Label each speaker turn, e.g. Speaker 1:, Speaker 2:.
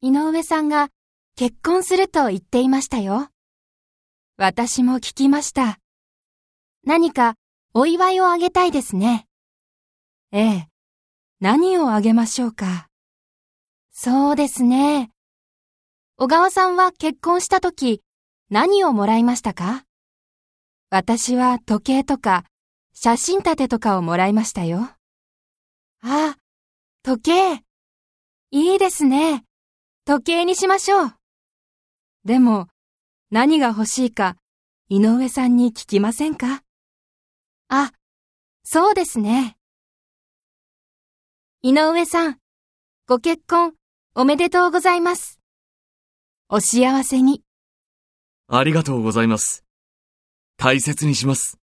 Speaker 1: 井上さんが結婚すると言っていましたよ。私も聞きました。何かお祝いをあげたいですね。ええ。何をあげましょうか。そうですね。小川さんは結婚した時何をもらいましたか私は時計とか写真立てとかをもらいましたよ。あ、時計。いいですね。時計にしましょう。でも、何が欲しいか、井上さんに聞きませんかあ、そうですね。井上さん、ご結婚、おめでとうございます。お幸せに。
Speaker 2: ありがとうございます。大切にします。